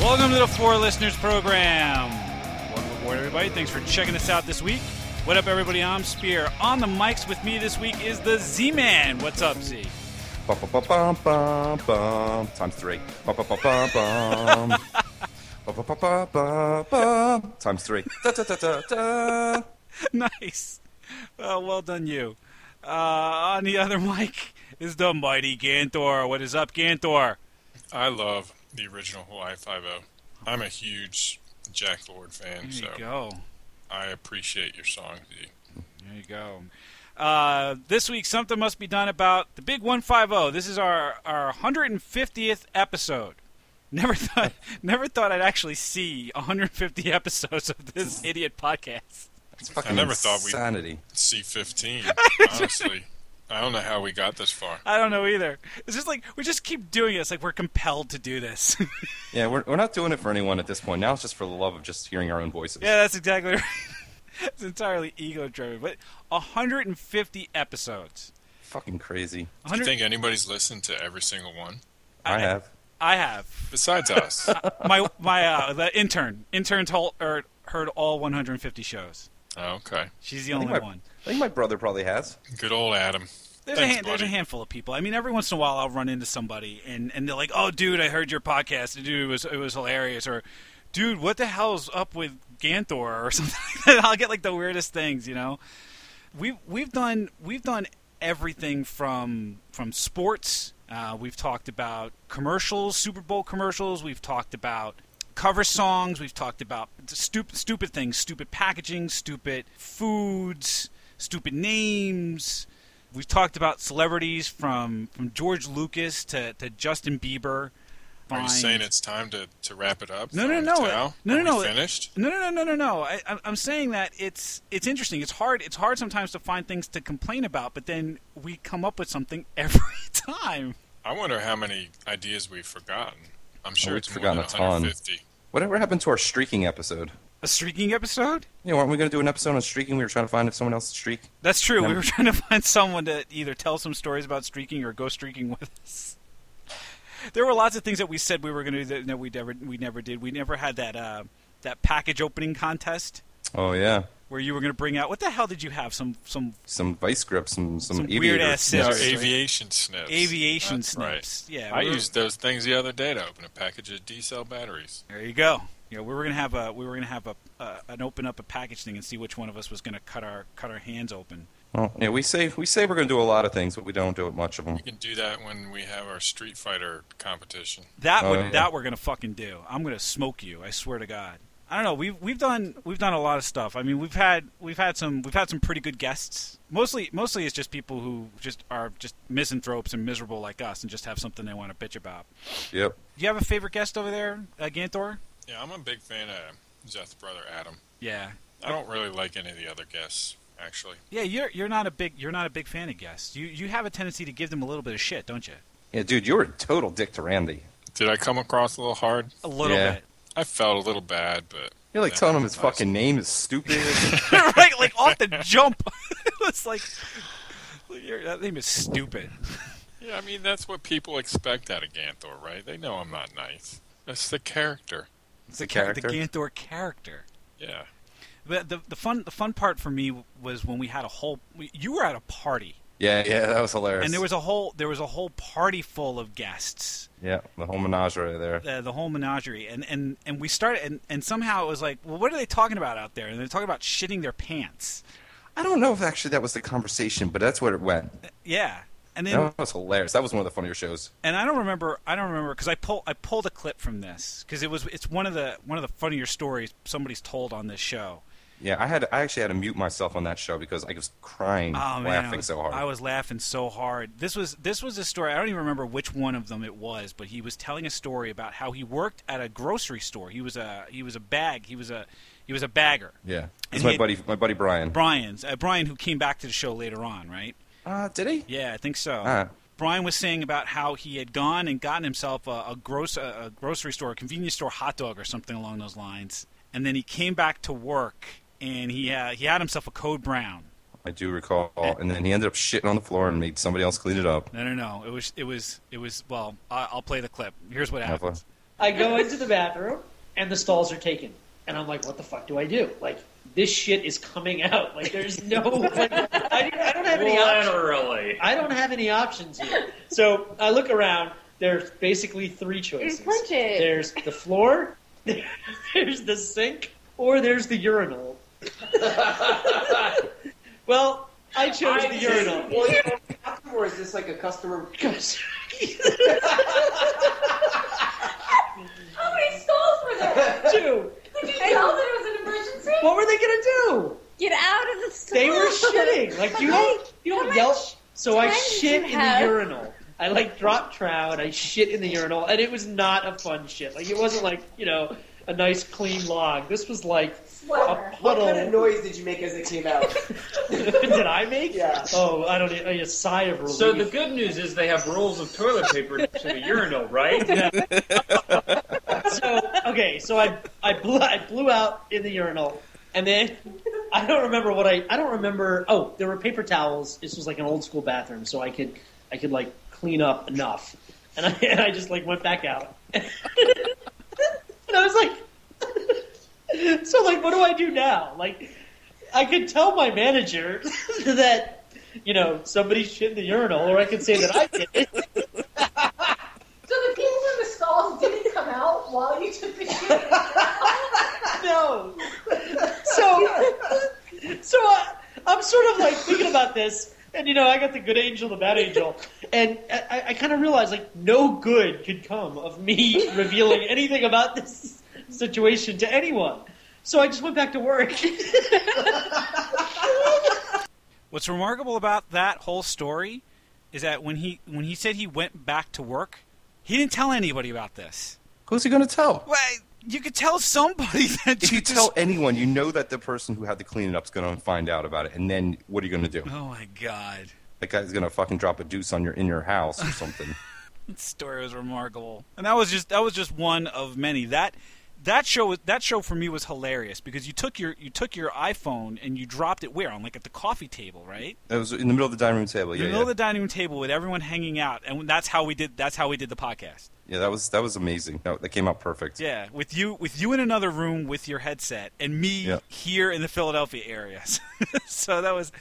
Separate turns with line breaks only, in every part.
Welcome to the Four Listeners Program. Welcome aboard, everybody. Thanks for checking us out this week. What up, everybody? I'm Spear. On the mics with me this week is the Z Man. What's up, Z?
Bum, bum, bum, bum, bum, bum, times three. Bum, bum, bum, bum, bum. Bum, bum, bum, bum, bum, bum, times three. Da, da, da, da, da.
nice. Well, well done, you. Uh, on the other mic is the mighty Gantor. What is up, Gantor?
I love the original Hawaii Five O. I'm a huge Jack Lord fan,
There
so
you go.
I appreciate your song. Z.
There you go. Uh, this week, something must be done about the big one five zero. This is our our hundred and fiftieth episode. Never thought, never thought I'd actually see 150 episodes of this idiot podcast.
It's fucking
I never thought we'd-
insanity.
C15. Honestly, I don't know how we got this far.
I don't know either. It's just like we just keep doing it. It's like we're compelled to do this.
Yeah, we're, we're not doing it for anyone at this point. Now it's just for the love of just hearing our own voices.
Yeah, that's exactly right. it's entirely ego driven, but 150 episodes.
Fucking crazy.
Do you
100
think anybody's listened to every single one
I, have.
I have
besides us?
my my uh, the intern intern told er, heard all 150 shows.
Oh, okay,
She's the
I think,
only
my,
one.
I think my brother probably has.
good old Adam.
There's a
Thanks,
hand, there's a
buddy.
handful of people. I mean, every once in a while, I'll run into somebody and, and they're like, "Oh, dude, I heard your podcast. Dude, it was it was hilarious." Or, "Dude, what the hell's up with Ganthor?" Or something. Like that. I'll get like the weirdest things, you know. We've we've done we've done everything from from sports. Uh, we've talked about commercials, Super Bowl commercials. We've talked about cover songs. We've talked about stupid stupid things, stupid packaging, stupid foods, stupid names. We've talked about celebrities from, from George Lucas to, to Justin Bieber.
Are
Fine.
you saying it's time to, to wrap it up?
No, no,
Throw in
no.
the towel?
No, no,
Are
no.
We finished.
No, no, no, no, no, no. I, I'm- I'm saying that it's it's interesting. It's hard. It's hard sometimes to find things to complain about, but then we come up with something every time.
I wonder how many ideas we've forgotten. I'm sure
Oh, we've
it's more
forgotten
than
a ton.
150.
Whatever happened to our streaking episode?
A streaking episode?
You know, weren't we going to do an episode on streaking? We were trying to find if someone else streak.
That's true. We
No.
were trying to find someone to either tell some stories about streaking or go streaking with us. There were lots of things that we said we were going to do that- that we never we never did. We never had that uh, that package opening contest
Oh, yeah.
where you were going to bring out what the hell did you have some some
Some vice grips, some, some,
Some
aviator
weird-ass
No,
scissors.
snips.
aviation snips.
aviation
That's right.
snips? Yeah,
I
we were-
used those things the other day to open a package of D cell batteries.
There you go. You know, we were gonna have a we were gonna have a uh, an open up a package thing and see which one of us was gonna cut our cut our hands open.
Well, yeah, we say we say we're going to do a lot of things, but we don't do much of them.
We can do that when we have our Street Fighter competition.
That
Oh,
would
yeah.
that we're gonna fucking do. I'm gonna smoke you. I swear to God. I don't know. We've we've done we've done a lot of stuff. I mean, we've had we've had some we've had some pretty good guests. Mostly mostly it's just people who just are just misanthropes and miserable like us and just have something they want to bitch about.
Yep.
Do you have a favorite guest over there, uh, Ganthor?
Yeah, I'm a big fan of Zeth's brother Adam.
Yeah.
I don't really like any of the other guests, actually.
Yeah, you're you're not a big you're not a big fan of guests. You you have a tendency to give them a little bit of shit, don't you?
Yeah, dude, you were a total dick to Randy.
Did I come across a little hard?
A little
Yeah.
bit.
I felt a little bad, but
You're like
Yeah,
telling him his
that's nice.
fucking name is stupid.
right, like off the jump. it was like your, that name is stupid.
yeah, I mean that's what people expect out of Ganthor, right? They know I'm not nice. That's the character.
it's a
The Ganthor character.
Yeah.
But the the fun the fun part for me was when we had a whole we, you were at a party
Yeah, yeah, that was hilarious.
and there was a whole there was a whole party full of guests
yeah, the whole menagerie there.
uh, the whole menagerie and and and we started and, and somehow it was like well what are they talking about out there and they're talking about shitting their pants
I don't know if actually that was the conversation, but that's where it went.
yeah and then
That was hilarious. That was one of the funnier shows.
and I don't remember. I don't remember because I pull I pulled a clip from this because it was it's one of the one of the funnier stories somebody's told on this show.
Yeah, I had I actually had to mute myself on that show because I was crying,
Oh man,
laughing
I was,
so hard.
I was laughing so hard. This was this was a story. I don't even remember which one of them it was, but he was telling a story about how he worked at a grocery store. He was a he was a bag. He was a he was a bagger.
yeah,
And
it's
he
my
had-
buddy, my buddy Brian.
Brian's uh, Brian who came back to the show later on, right?
uh, did he?
Yeah, I think so.
Ah.
Brian was saying about how he had gone and gotten himself a, a gross a, a grocery store, a convenience store hot dog or something along those lines, and then he came back to work and he uh, he had himself a code brown.
I do recall. And then he ended up shitting on the floor and made somebody else clean it up.
No, no, no. It was it was it was. Well, I, I'll play the clip. Here's what
Have
happens.
I go into the bathroom and the stalls are taken. And I'm like, what the fuck do I do? Like, this shit is coming out. Like, there's no. Like, I, I don't have any options.
Laterally.
I don't have any options here. So I look around. There's basically three choices.
punch it.
There's the floor, there's the sink, or there's the urinal. well, I chose the urinal.
Well, you know, or is this like a customer?
How many stalls were there?
Two.
Did you tell that it was an emergency?
What were they gonna do?
Get out of the stall.
They were shitting. Like you don't, you don't
How
yell.
much
So I
time did
shit
you
in the
have?
urinal. I like drop trow and I shit in the urinal, and it was not a fun shit. Like it wasn't like you know a nice clean log. This was like
Sweater.
a
What
puddle.
kind of noise did you make as it came out?
Did I make?
Yeah.
Oh, I don't. e- A sigh of relief.
So the good news is they have rolls of toilet paper to the urinal, right?
so okay, so I I blew I blew out in the urinal, and then I don't remember what I I don't remember. Oh, there were paper towels. This was like an old school bathroom, so I could I could like clean up enough, and I and I just like went back out, and I was like, so like what do I do now? Like I could tell my manager that. You know, somebody shit in the urinal, or I could say that I did. it.
So the people in the stalls didn't come out while you took the shit.
no. So, so I, I'm sort of like thinking about this, and you know, I got the good angel, the bad angel, and I, I kind of realized like no good could come of me revealing anything about this situation to anyone. So I just went back to work.
What's remarkable about that whole story is that when he when he said he went back to work, he didn't tell anybody about this.
Who's he going to tell?
Well, you could tell somebody that
If you
just-
tell anyone, you know that the person who had to clean it up is going to find out about it, and then what are you going to do?
Oh my god,
That guy's going to fucking drop a deuce on your in your house or something.
that story was remarkable, and that was just that was just one of many. That that show was- that show for me was hilarious because you took your you took your iPhone and you dropped it where on like at the coffee table, right?
it was in the middle of the dining room table.
In the
Yeah,
middle
yeah.
of the dining room table with everyone hanging out, and that's how we did that's how we did the podcast.
yeah, that was that was amazing. That, that came out perfect.
Yeah, with you with you in another room with your headset and me
Yeah.
here in the Philadelphia area. so that was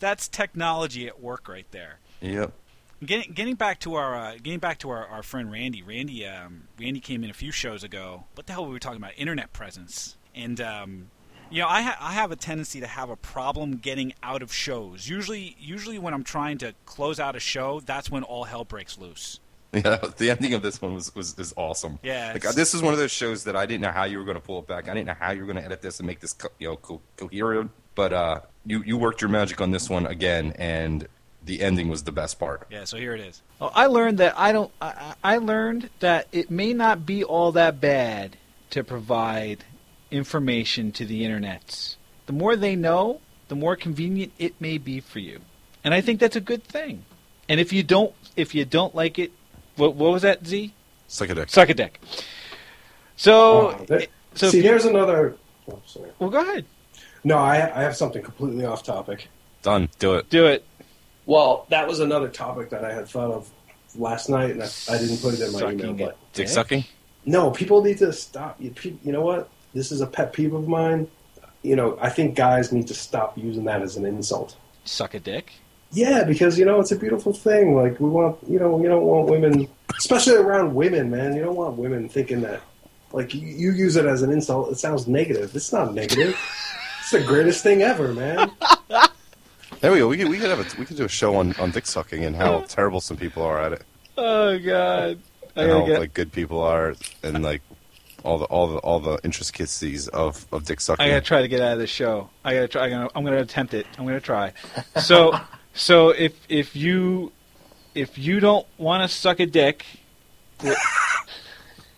that's technology at work right there.
Yep.
Getting getting back to our uh, getting back to our, our friend Randy. Randy um, Randy came in a few shows ago. What the hell were we talking about? Internet presence and. Um, you know, I, ha- I have a tendency to have a problem getting out of shows. Usually, usually when I'm trying to close out a show, that's when all hell breaks loose.
Yeah, the ending of this one was was, was awesome.
Yeah,
like
it's-
this is one of those shows that I didn't know how you were going to pull it back. I didn't know how you were going to edit this and make this co- you know co- coherent. But uh, you you worked your magic on this one again, and the ending was the best part.
Yeah, so here it is.
Well, Oh, I learned that I don't. I, I I learned that it may not be all that bad to provide information to the internets. The more they know, the more convenient it may be for you, and I think that's a good thing. And if you don't, if you don't like it, what, what was that? Z
Suck a dick.
suck a dick. So,
Oh, there-
so if
See,
you-
there's another. Oh, sorry.
well, go ahead,
No, I, I have something completely off topic.
Done. Do it.
do it.
Well, that was another topic that I had thought of last night, and I, I didn't put it in my
Sucking
email.
it.
But
Dick
Dick?
sucking.
no, people need to stop. You, pe- you know what? This is a pet peeve of mine. You know, I think guys need to stop using that as an insult.
Suck a dick.
Yeah, because you know it's a beautiful thing. Like we want, you know, you don't want women, especially around women, man. You don't want women thinking that. Like you, you use it as an insult. It sounds negative. It's not negative. it's the greatest thing ever, man.
There we go. We could, we could have a we could do a show on, on dick sucking and how terrible some people are at it,
Oh God, I
and
gotta
how
get.
like good people are, and like all the all the all the intricacies of of dick sucking.
I gotta try to get out of this show. I gotta try. I'm gonna, I'm gonna attempt it. I'm gonna try. So, so if if you if you don't want to suck a dick,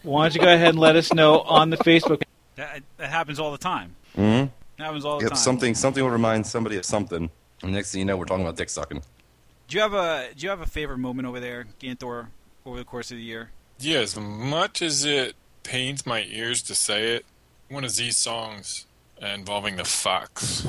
why don't you go ahead and let us know on the Facebook?
That, that happens all the time.
Mhm.
It happens all the
Yep,
time.
something something will remind somebody of something. And next thing you know, we're talking about dick sucking.
Do you have a Do you have a favorite moment over there, Ganthor, over the course of the year?
Yeah, as much as it pains my ears to say it, one of these songs involving the fox.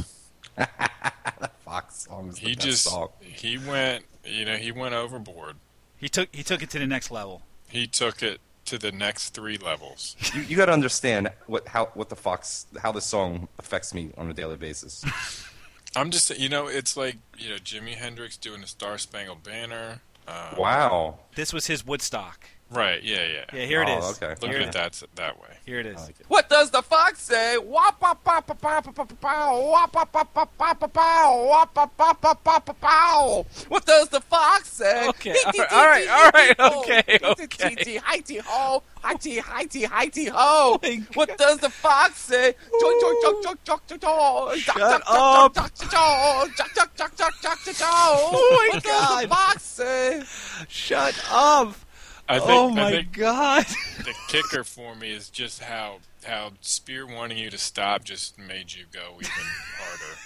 Fox song is the
He
best
just
song.
he went, you know, he went overboard.
He took He took it to the next level.
He took it to the next three levels.
You, you got to understand what how what the fox how this song affects me on a daily basis.
Uh-huh. I'm just, you know, it's like you know Jimi Hendrix doing the Star Spangled Banner. Uh,
Wow.
This was his Woodstock.
Right? Yeah, yeah.
Yeah, here
Oh,
it is.
okay.
Look
Here it
at it
is.
that that way.
Here it is.
I like it.
What does the fox say? Wop pop pop pop pop pop pop pop pop pop pop pop pop pow wop pop pop pop pop pop pow. What does the fox say?
Okay, all right, all right, all right, okay, okay.
Hi tee ho, hi tee, hi tee, hi tee
Oh
ho. What does the fox say? Chok chok chok chok chok chok chok. Chok,
Shut
chok, chok, chok, chok, chok, chok, chok, chok, chok, chok, chok,
Oh
chok. What does the fox say?
Shut up!
I think,
oh
I
my
think
god!
the kicker for me is just how how Spear wanting you to stop just made you go even harder.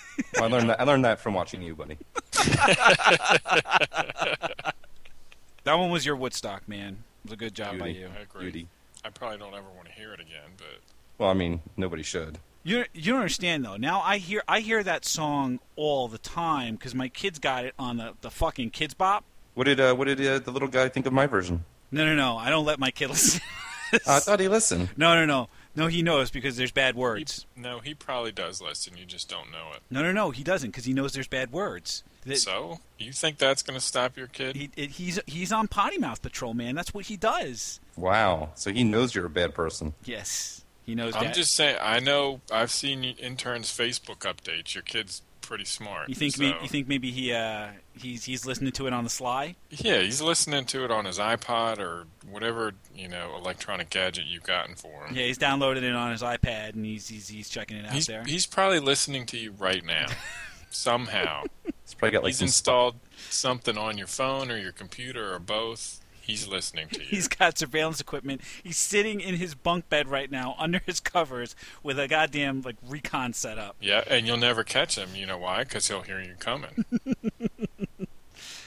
I learned that I learned that from watching you, buddy.
That one was your Woodstock, man. It was a good job by
Beauty.
you.
I agree.
Beauty.
I probably don't ever want to hear it again, but
Well, I mean, nobody should.
You you don't understand though. Now I hear I hear that song all the time because my kids got it on the, the fucking kids bop.
What did uh, what did uh, the little guy think of my version?
No no no. I don't let my kid listen.
Uh, I thought he listened.
No no no no. He knows because there's bad words.
no, he probably does listen. You just don't know it.
No no no. He doesn't because he knows there's bad words. That-
so you think that's going to stop your kid?
he, it, he's he's on potty mouth patrol, man. That's what he does.
Wow. So he knows you're a bad person.
Yes, he knows.
I'm
that.
just saying. I know. I've seen y- interns' Facebook updates. Your kid's pretty smart.
You think
so-
me, you think maybe he uh, he's he's listening to it on the sly?
Yeah, he's listening to it on his iPod or whatever you know electronic gadget you've gotten for him.
Yeah, he's downloading it on his iPad and he's he's, he's checking it out
he's
there.
he's probably listening to you right now. Somehow,
He's probably got like
he's
some
installed something on your phone or your computer or both. He's listening to you.
He's got surveillance equipment. He's sitting in his bunk bed right now under his covers with a goddamn like recon setup.
Yeah, and you'll never catch him. You know why? Because he'll hear you coming.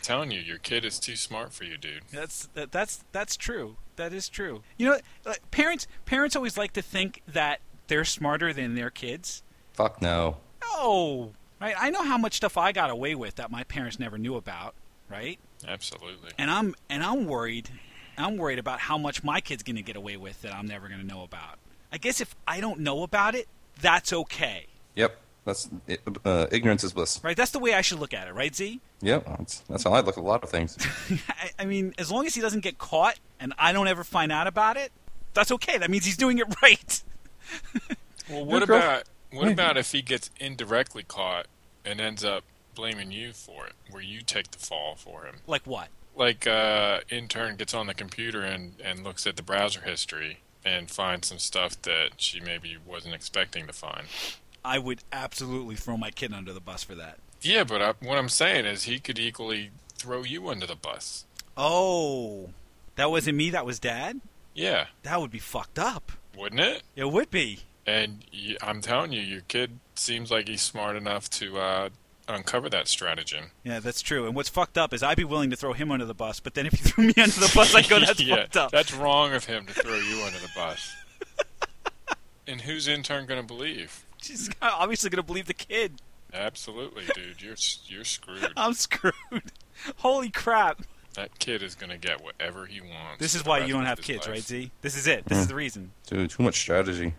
Telling you, your kid is too smart for you, dude.
That's that, that's that's true. That is true. You know, like, parents parents always like to think that they're smarter than their kids.
fuck no.
No, right? I know how much stuff I got away with that my parents never knew about, right?
Absolutely.
and I'm and I'm worried. I'm worried about how much my kid's going to get away with that I'm never going to know about. I guess if I don't know about it, that's okay,
Yep. That's uh, ignorance is bliss.
right? That's the way I should look at it, right, Z?
Yep. That's, that's how I look at a lot of things.
I, I mean, as long as he doesn't get caught and I don't ever find out about it, that's okay. That means he's doing it right.
Well, what
girl-
about what about if he gets indirectly caught and ends up blaming you for it, where you take the fall for him?
Like what?
Like, uh, intern gets on the computer and and looks at the browser history and finds some stuff that she maybe wasn't expecting to find.
I would absolutely throw my kid under the bus for that.
Yeah, but I, what I'm saying is he could equally throw you under the bus.
Oh, that wasn't me. That was Dad.
Yeah,
That would be fucked up.
wouldn't it?
It would be.
And y I'm telling you, your kid seems like he's smart enough to uh, uncover that stratagem.
Yeah, that's true. And what's fucked up is I'd be willing to throw him under the bus, but then if he threw me under the bus, I'd go, "Oh, that's
Yeah,
fucked up.
That's wrong of him to throw you under the bus. and who's intern going to believe?
She's obviously going to believe the kid.
Absolutely, dude. You're s- you're screwed.
I'm screwed. Holy crap.
That kid is going to get whatever he wants.
This is
for the
why
rest
you don't
of
have
his
kids,
life.
right, Z? This is it. This is the reason.
Dude, too much strategy.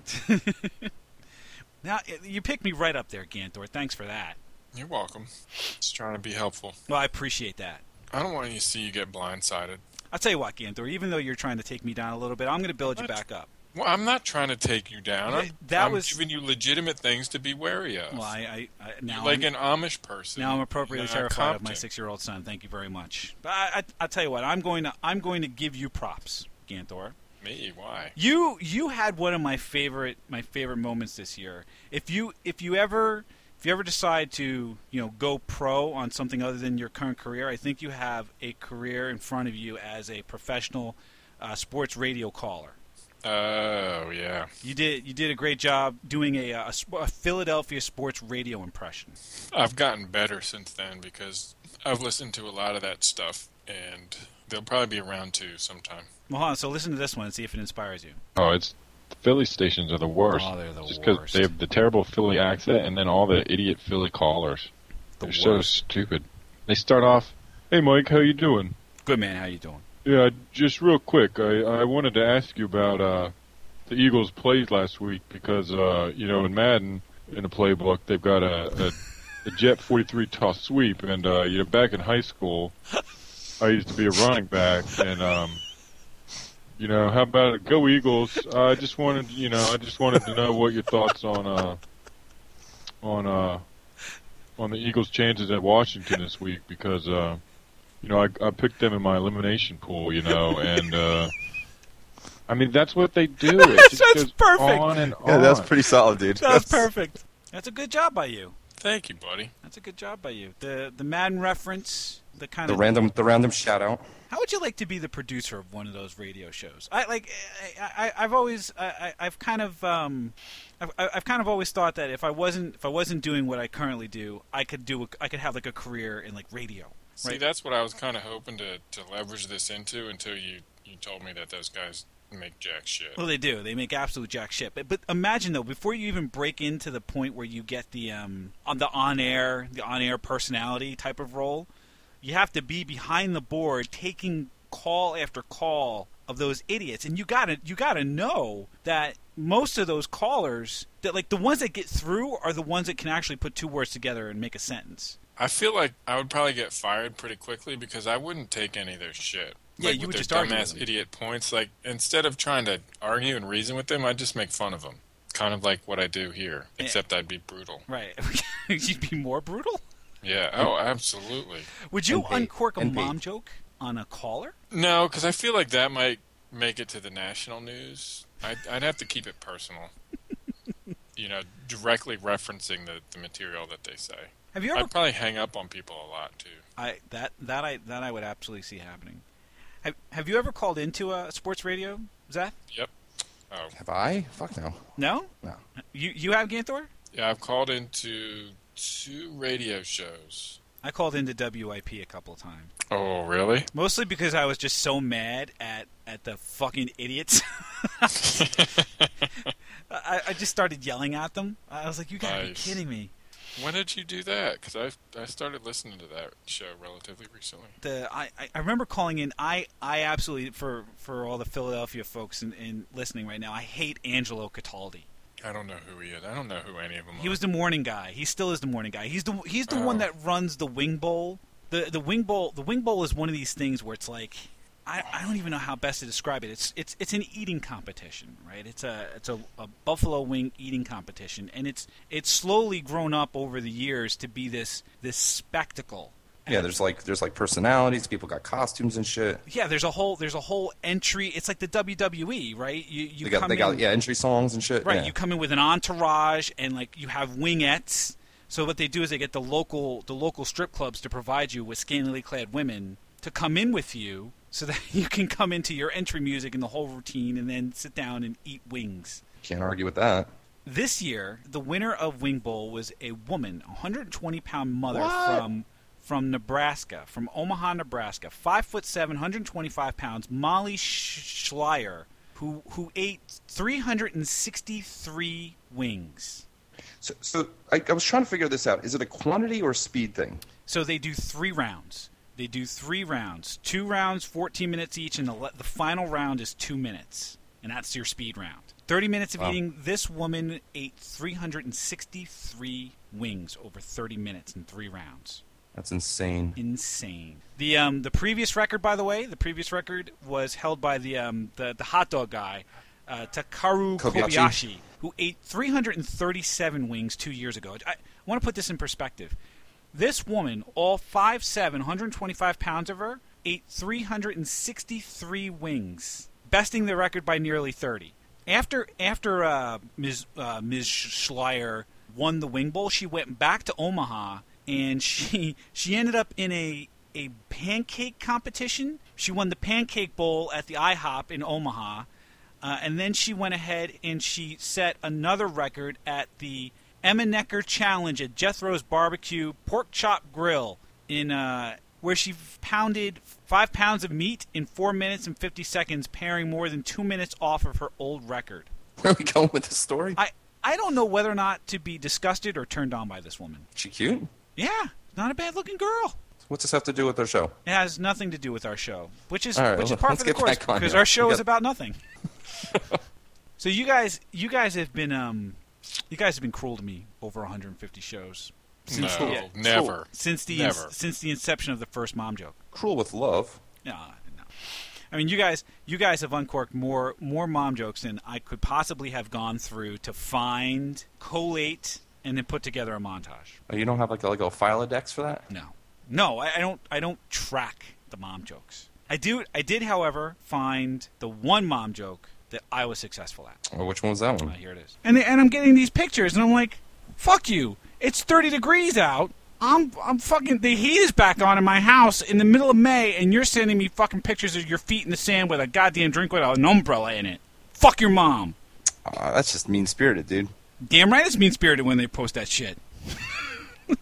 Now, you picked me right up there, Ganthor. Thanks for that.
You're welcome. Just trying to be helpful.
Well, I appreciate that.
I don't want you to see you get blindsided.
I'll tell you what, Ganthor, even though you're trying to take me down a little bit, I'm going to build you
What?
back up.
Well, I'm not trying to take you down. I'm,
That
I'm
was-
giving you legitimate things to be wary of.
Well, I, I, I now
You're like
I'm-
an Amish person.
Now I'm appropriately
You're not
terrified of my
competent.
six-year-old son. Thank you very much. But I, I, I'll tell you what, I'm going to I'm going to give you props, Ganthor.
Me? Why?
You you had one of my favorite my favorite moments this year. If you if you ever if you ever decide to you know go pro on something other than your current career, I think you have a career in front of you as a professional uh, sports radio caller.
Oh yeah.
You did you did a great job doing a, uh, a, sp- a Philadelphia sports radio impression.
I've gotten better since then because I've listened to a lot of that stuff, and they'll probably be around two sometime.
Well, hold on, so listen to this one and see if it inspires you.
Oh, it's the Philly stations are the worst.
Oh, they're the
Just 'cause
worst.
they have the terrible Philly accent and then all the idiot Philly callers.
The
they're so stupid. They start off, "Hey Mike, how you doing?"
Good man, how you doing?
Yeah, just real quick, I, I wanted to ask you about uh, the Eagles' plays last week because uh, you know in Madden in the playbook they've got a, a, a jet forty three toss sweep, and uh, you know back in high school I used to be a running back, and um, you know how about it? Go Eagles! Uh, I just wanted you know I just wanted to know what your thoughts on uh, on uh, on the Eagles' chances at Washington this week because. Uh, you know, I, I picked them in my elimination pool, you know, and uh, I mean that's what they do. It just
That's
goes
perfect.
On and on.
Yeah, that's pretty solid, dude.
That's perfect. That's a good job by you.
Thank you, buddy.
That's a good job by you. The the Madden reference, the kind
The
of
random, the random shout out.
How would you like to be the producer of one of those radio shows? I like, I, I I've always, I, I- I've kind of, um, I've, I've kind of always thought that if I wasn't, if I wasn't doing what I currently do, I could do, a, I could have like a career in like radio.
See, that's what I was kind of hoping to, to leverage this into until you, you told me that those guys make jack shit.
Well, they do. They make absolute jack shit. But, but imagine though, before you even break into the point where you get the um on the on air, the on air personality type of role, you have to be behind the board taking call after call of those idiots, and you gotta you gotta know that most of those callers that like the ones that get through are the ones that can actually put two words together and make a sentence.
I feel like I would probably get fired pretty quickly because I wouldn't take any of their shit.
Yeah,
like
you
with
would
their
just argue
dumbass
with them.
idiot points. Like instead of trying to argue and reason with them, I just make fun of them. Kind of like what I do here,
Yeah.
except I'd be brutal.
Right? You'd be more brutal.
Yeah.
Mm-hmm.
Oh, absolutely.
Would you uncork a mom joke on a caller?
No, because I feel like that might make it to the national news. I'd, I'd have to keep it personal. you know, directly referencing the, the material that they say.
Have you ever
I'd probably hang up on people a lot too.
I that that I that I would absolutely see happening. Have Have you ever called into a sports radio, Zach?
Yep. Oh,
Have I? Fuck no.
No.
No.
You You have Ganthor?
yeah. I've called into two radio shows.
I called into WIP a couple of times,
Oh, really?
mostly because I was just so mad at at the fucking idiots. I, I just started yelling at them. I was like, "You gotta
Nice.
be kidding me!"
When did you do that? Because I I started listening to that show relatively recently.
the I, I- I remember calling in I, I absolutely for, for all the Philadelphia folks in, in listening right now I hate Angelo Cataldi.
I don't know who he is. I don't know who any of them
He
are.
was the morning guy. He still is the morning guy. He's the he's the one
Oh.
that runs the wing bowl. The the wing bowl the wing bowl is one of these things where it's like I, I don't even know how best to describe it. It's it's it's an eating competition, right? It's a it's a, a buffalo wing eating competition and it's it's slowly grown up over the years to be this this spectacle
Yeah, there's like, there's like personalities. People got costumes and shit.
Yeah, there's a whole there's a whole entry. It's like the WWE, right? You you
they got,
come
they
in,
got yeah entry songs and shit.
right.
Yeah.
You come in with an entourage, and like you have wingettes. So what they do is they get the local the local strip clubs to provide you with scantily clad women to come in with you, so that you can come into your entry music and the whole routine, and then sit down and eat wings.
Can't argue with that.
This year, the winner of Wing Bowl was a woman, a 120 pound mother
What?
from from Nebraska, from Omaha, Nebraska, five foot seven, 125 pounds, Molly Sch- Schleier, who who ate 363 wings.
So, so I, I was trying to figure this out. Is it a quantity or speed thing?
So they do three rounds. They do three rounds, two rounds, 14 minutes each, and the, le- the final round is two minutes, and that's your speed round. 30 minutes of
Wow.
eating. This woman ate 363 wings over 30 minutes in three rounds.
That's insane.
Insane. The um the previous record, by the way, the previous record was held by the um the, the hot dog guy, uh, Takaru
Kobayashi.
Kobayashi, who ate 337 wings two years ago. I, I want to put this in perspective. This woman, all 5'7", 125 pounds of her, ate 363 wings, besting the record by nearly 30. After after uh, Ms. Uh, Ms. Schleier won the Wing Bowl, she went back to Omaha and she she ended up in a a pancake competition. She won the Pancake Bowl at the IHOP in Omaha, uh, and then she went ahead and she set another record at the Emmenecker Challenge at Jethro's Barbecue Pork Chop Grill in uh, where she pounded five pounds of meat in four minutes and fifty seconds, pairing more than two minutes off of her old record.
Where are we going with this story?
I I don't know whether or not to be disgusted or turned on by this woman.
She cute.
Yeah, not a bad looking girl.
It's What's this have to do with our show?
It has nothing to do with our show, which is
All right,
which is
well,
part
let's
of the
get
course
back on
because
here.
our show
We
is
got-
about nothing. so you guys, you guys have been um, you guys have been cruel to me over 150 shows. Since
No,
the,
Yeah. never.
Since the
Never.
since the inception of the first mom joke.
Cruel with love.
No, no. I mean, you guys, you guys have uncorked more more mom jokes than I could possibly have gone through to find, collate, and then put together a montage.
Oh, you don't have like a, like a Philodex for that?
No. No, I, I don't. I don't track the mom jokes. I do. I did, however, find the one mom joke that I was successful at. Uh,
Well, which one was that one?
here it is. And and I'm getting these pictures, and I'm like, fuck you. It's 30 degrees out. I'm I'm fucking the heat is back on in my house in the middle of May, and you're sending me fucking pictures of your feet in the sand with a goddamn drink with an umbrella in it. Fuck your mom.
Uh, that's just mean spirited, dude.
Damn right, it's mean spirited when they post that shit.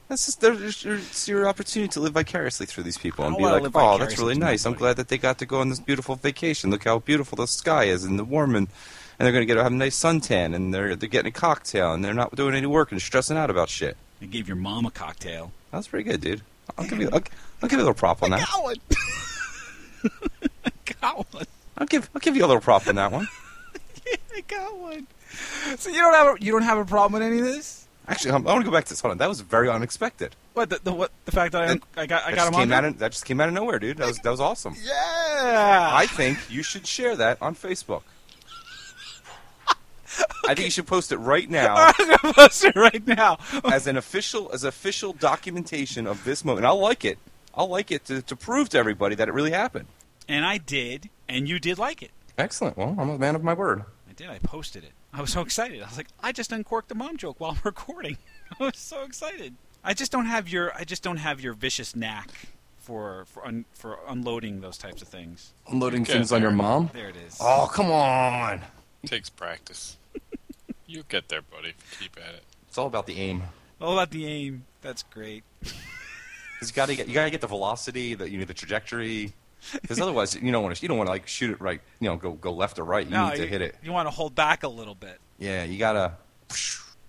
That's just there's- there's- it's your opportunity to live vicariously through these people and
don't
be
wanna
like,
live
"Oh, that's
vicariously
really
through
nice. I'm glad that they got to go on this beautiful vacation. Look how beautiful the sky is and the warm and." And they're gonna get have a nice suntan, and they're they're getting a cocktail, and they're not doing any work and stressing out about shit.
You gave your mom a cocktail.
That's pretty good, dude. I'll give you I'll, I'll give you a little prop on that.
Colin. Colin.
I'll give I'll give you a little prop on that one.
I got one. So you don't have a, you don't have a problem with any of this?
Actually, I'm- I want to go back to this. Hold on, that was very unexpected.
What the, the what the fact that I, I got I got
that just
him on
came out
there?
of, that just came out of nowhere, dude. That was that was awesome.
Yeah.
I think you should share that on Facebook. I think you should post it right now
I'm gonna post it right now.
as an official as official documentation of this moment. I'll like it. I'll like it to, to prove to everybody that it really happened.
And I did, and you did like it.
Excellent. Well, I'm a man of my word.
I did. I posted it. I was so excited. I was like, I just uncorked the mom joke while I'm recording. I was so excited. I just don't have your I just don't have your vicious knack for for un, for unloading those types of things.
Unloading things on your mom.
There it is.
Oh, come on.
Takes practice. You'll get there, buddy. if you Keep at it.
It's all about the aim.
All about the aim. That's great.
'Cause You gotta get you gotta get the velocity, the you know the trajectory. Because otherwise, you don't want to you don't want to like shoot it right. You know, go go left or right. You
No,
need to
you-
hit it.
You want to hold back a little bit.
Yeah, you gotta.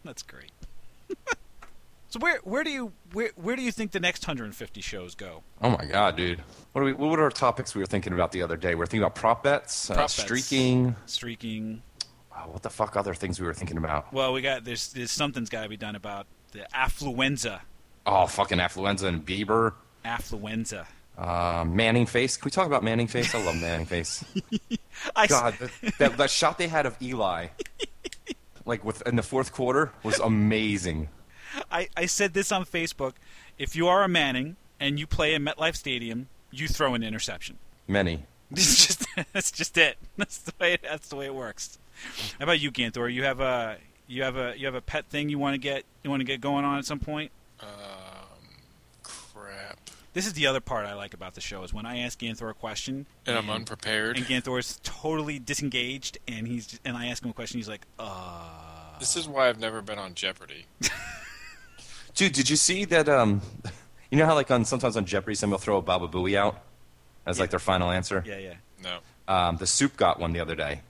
That's great. so where where do you where where do you think the next 150 shows go?
Oh my god, dude! What are we? What were our topics we were thinking about the other day? We were thinking about prop bets, uh,
Prop bets.
streaking.
Streaking.
Oh, what the fuck? Other things we were thinking about?
Well, we got there's, there's something's got to be done about the affluenza.
Oh, fucking affluenza and Bieber.
Affluenza.
Uh, Manning face. Can we talk about Manning face? I love Manning face.
I s-
God, that, that, that shot they had of Eli, like with in the fourth quarter, was amazing.
I, I said this on Facebook. If you are a Manning and you play in MetLife Stadium, you throw an interception.
Many.
That's just that's just it. That's the way that's the way it works. How about you, Ganthor? You have a you have a you have a pet thing you want to get you want to get going on at some point.
Crap.
This is the other part I like about the show is when I ask Ganthor a question
And I'm unprepared.
and Ganthor is totally disengaged and he's and I ask him a question he's like uh
This is why I've never been on Jeopardy.
Dude, did you see that? Um, you know how like on sometimes on Jeopardy, somebody'll throw a Baba Booey out as like their final answer.
yeah yeah
No.
Um, the soup got one the other day.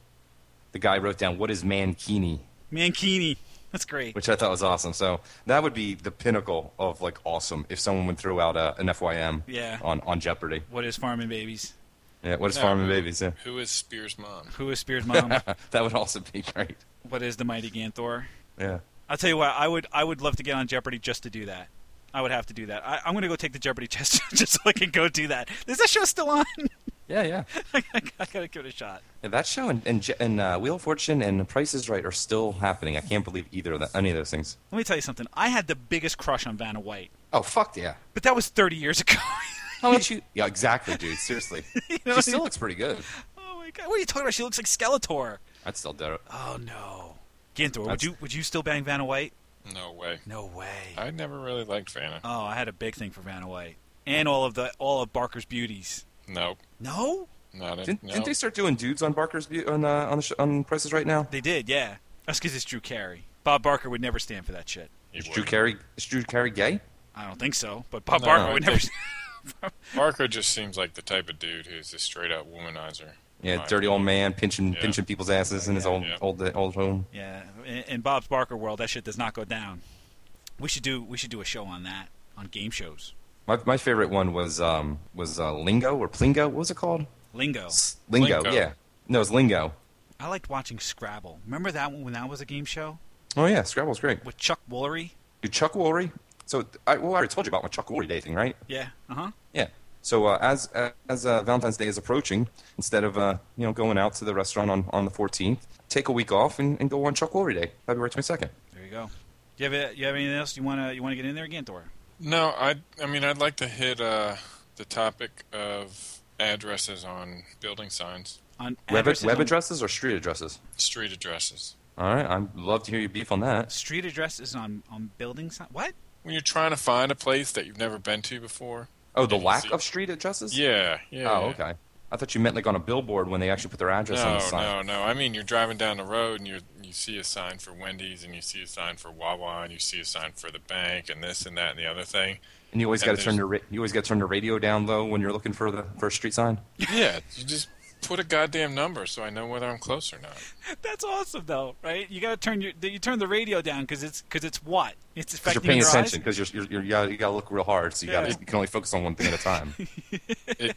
The guy wrote down what is mankini,
Mankini that's great
which I thought was awesome. So that would be the pinnacle of like awesome if someone would throw out a, an FYM
Yeah.
on on Jeopardy.
what is farming babies
Yeah, what is
No.
farming babies? Yeah.
Who is Spears' mom?
who is Spear's mom
that would also be great.
what is the mighty Ganthor
Yeah.
I'll tell you what I would I would love to get on Jeopardy just to do that I would have to do that I, I'm gonna go take the Jeopardy test just so I can go do that is that show still on
Yeah, yeah.
I, gotta give it a shot
Yeah, that show and and, Je- and uh, Wheel of Fortune and Price is Right are still happening. I can't believe either of that, any of those things.
let me tell you something I had the biggest crush on Vanna White
Oh fuck yeah!
but that was 30 years ago
How about you? Yeah, exactly, dude. Seriously,
know,
she still looks pretty good.
oh my god what are you talking about she looks like Skeletor
I'd still do it.
Oh no, Ginthor, would
That's-
you would you still bang Vanna White?
No way.
No way.
I never really liked Vanna.
Oh, I had a big thing for Vanna White and all of the all of Barker's beauties.
Nope.
No,
Not a,
Didn't,
no.
didn't they start doing dudes on Barker's View- on uh, on the sh- on Prices Right now?
they did. Yeah, that's because it's Drew Carey. Bob Barker would never stand for that shit.
He
Is Drew
wouldn't.
Carey is Drew Carey gay?
I don't think so. But Bob
No,
Barker
I
would never.
think- Barker just seems like the type of dude who's a straight up womanizer.
Yeah,
My-
dirty old man pinching
Yeah.
pinching people's asses in his old
Yeah.
old old home.
yeah, in, in Bob's Barker world, that shit does not go down. We should do we should do a show on that on game shows.
My, my favorite one was um, was uh, Lingo or Plingo. What was it called?
Oh,
Lingo.
Lingo,
Lingo.
yeah. No, it's Lingo.
I liked watching Scrabble. Remember that one when that was a game show
Oh, yeah, Scrabble's great.
with Chuck Woolery?
Dude, Chuck Woolery. So, I, well, I already told you about my Chuck Woolery Day thing, right?
Yeah. Uh huh.
Yeah. So uh, as as uh, Valentine's Day is approaching, instead of uh, you know going out to the restaurant on, on the 14th, take a week off and, and go on Chuck Woolery Day, February 22nd.
There you go. Do you have you have anything else you wanna you wanna get in there again, Thor?
No, I I mean I'd like to hit uh, the topic of addresses on building signs,
On
Web,
addresses
web
on-
addresses or street addresses?
street addresses.
All right, I'd love to hear your beef on that.
Street addresses on on building sign. What?
When you're trying to find a place that you've never been to before.
Oh, the
you can
lack
see-
of street addresses?
Yeah, yeah.
Oh,
yeah.
okay. I thought you meant like on a billboard when they actually put their address on the
No,
sign.
no, no. I mean, you're driving down the road and you you see a sign for Wendy's and you see a sign for Wawa and you see a sign for the bank and this and that and the other thing.
And you always
And
got to turn
there's-
your ra- you always got to turn the radio down low when you're looking for the first street sign.
Yeah, you just put a goddamn number so I know whether I'm close or not.
That's awesome though, right? You gotta turn your you turn the radio down because it's because it's what it's
Because you're
affecting
paying
your
attention.
eyes.
Because you're, you're, you're, you got you got to look real hard, so you got
Yeah.
got you can only focus on one thing at a time.
It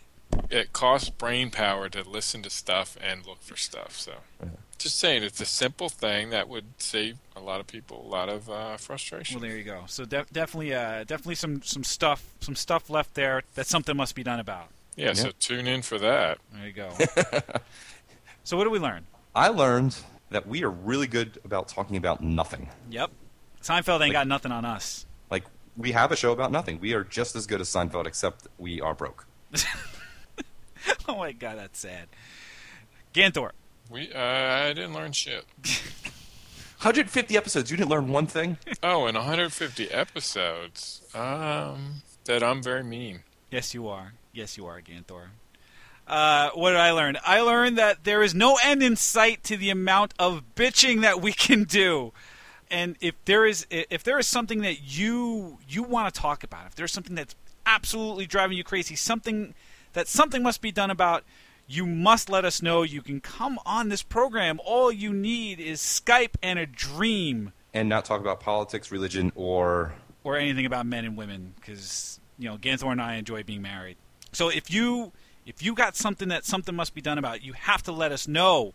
it costs brain power to listen to stuff and look for stuff. So, just saying, it's a simple thing that would save a lot of people a lot of uh, frustration.
Well, there you go. So def- definitely, uh, definitely some some stuff some stuff left there that something must be done about.
yeah, so tune in for that.
There you go. so what do we learn?
I learned that we are really good about talking about nothing.
Yep, Seinfeld ain't got nothing on us.
Like we have a show about nothing. We are just as good as Seinfeld, except we are broke.
oh my god, that's sad. Ganthor,
We uh, I didn't learn shit.
150 episodes. You didn't learn one thing.
Oh, and 150 episodes. Um, that I'm very mean.
yes you are. Yes you are, Ganthor. Uh, what did I learn? I learned that there is no end in sight to the amount of bitching that we can do. And if there is if there is something that you you want to talk about, if there's something that's absolutely driving you crazy, something that something must be done about, you must let us know. You can come on this program. All you need is Skype and a dream
And not talk about politics, religion, or
or anything about men and women because you know Ganthor and I enjoy being married. So if you if you got something that something must be done about, you have to let us know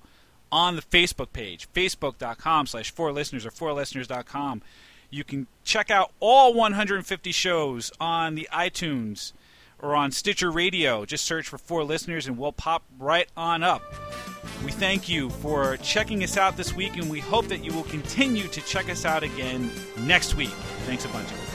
on the Facebook page, facebook.com slash four listeners or fourlisteners.com. You can check out all 150 shows on the iTunes or on Stitcher Radio. Just search for four listeners and we'll pop right on up. We thank you for checking us out this week, and we hope that you will continue to check us out again next week. Thanks a bunch. everyone.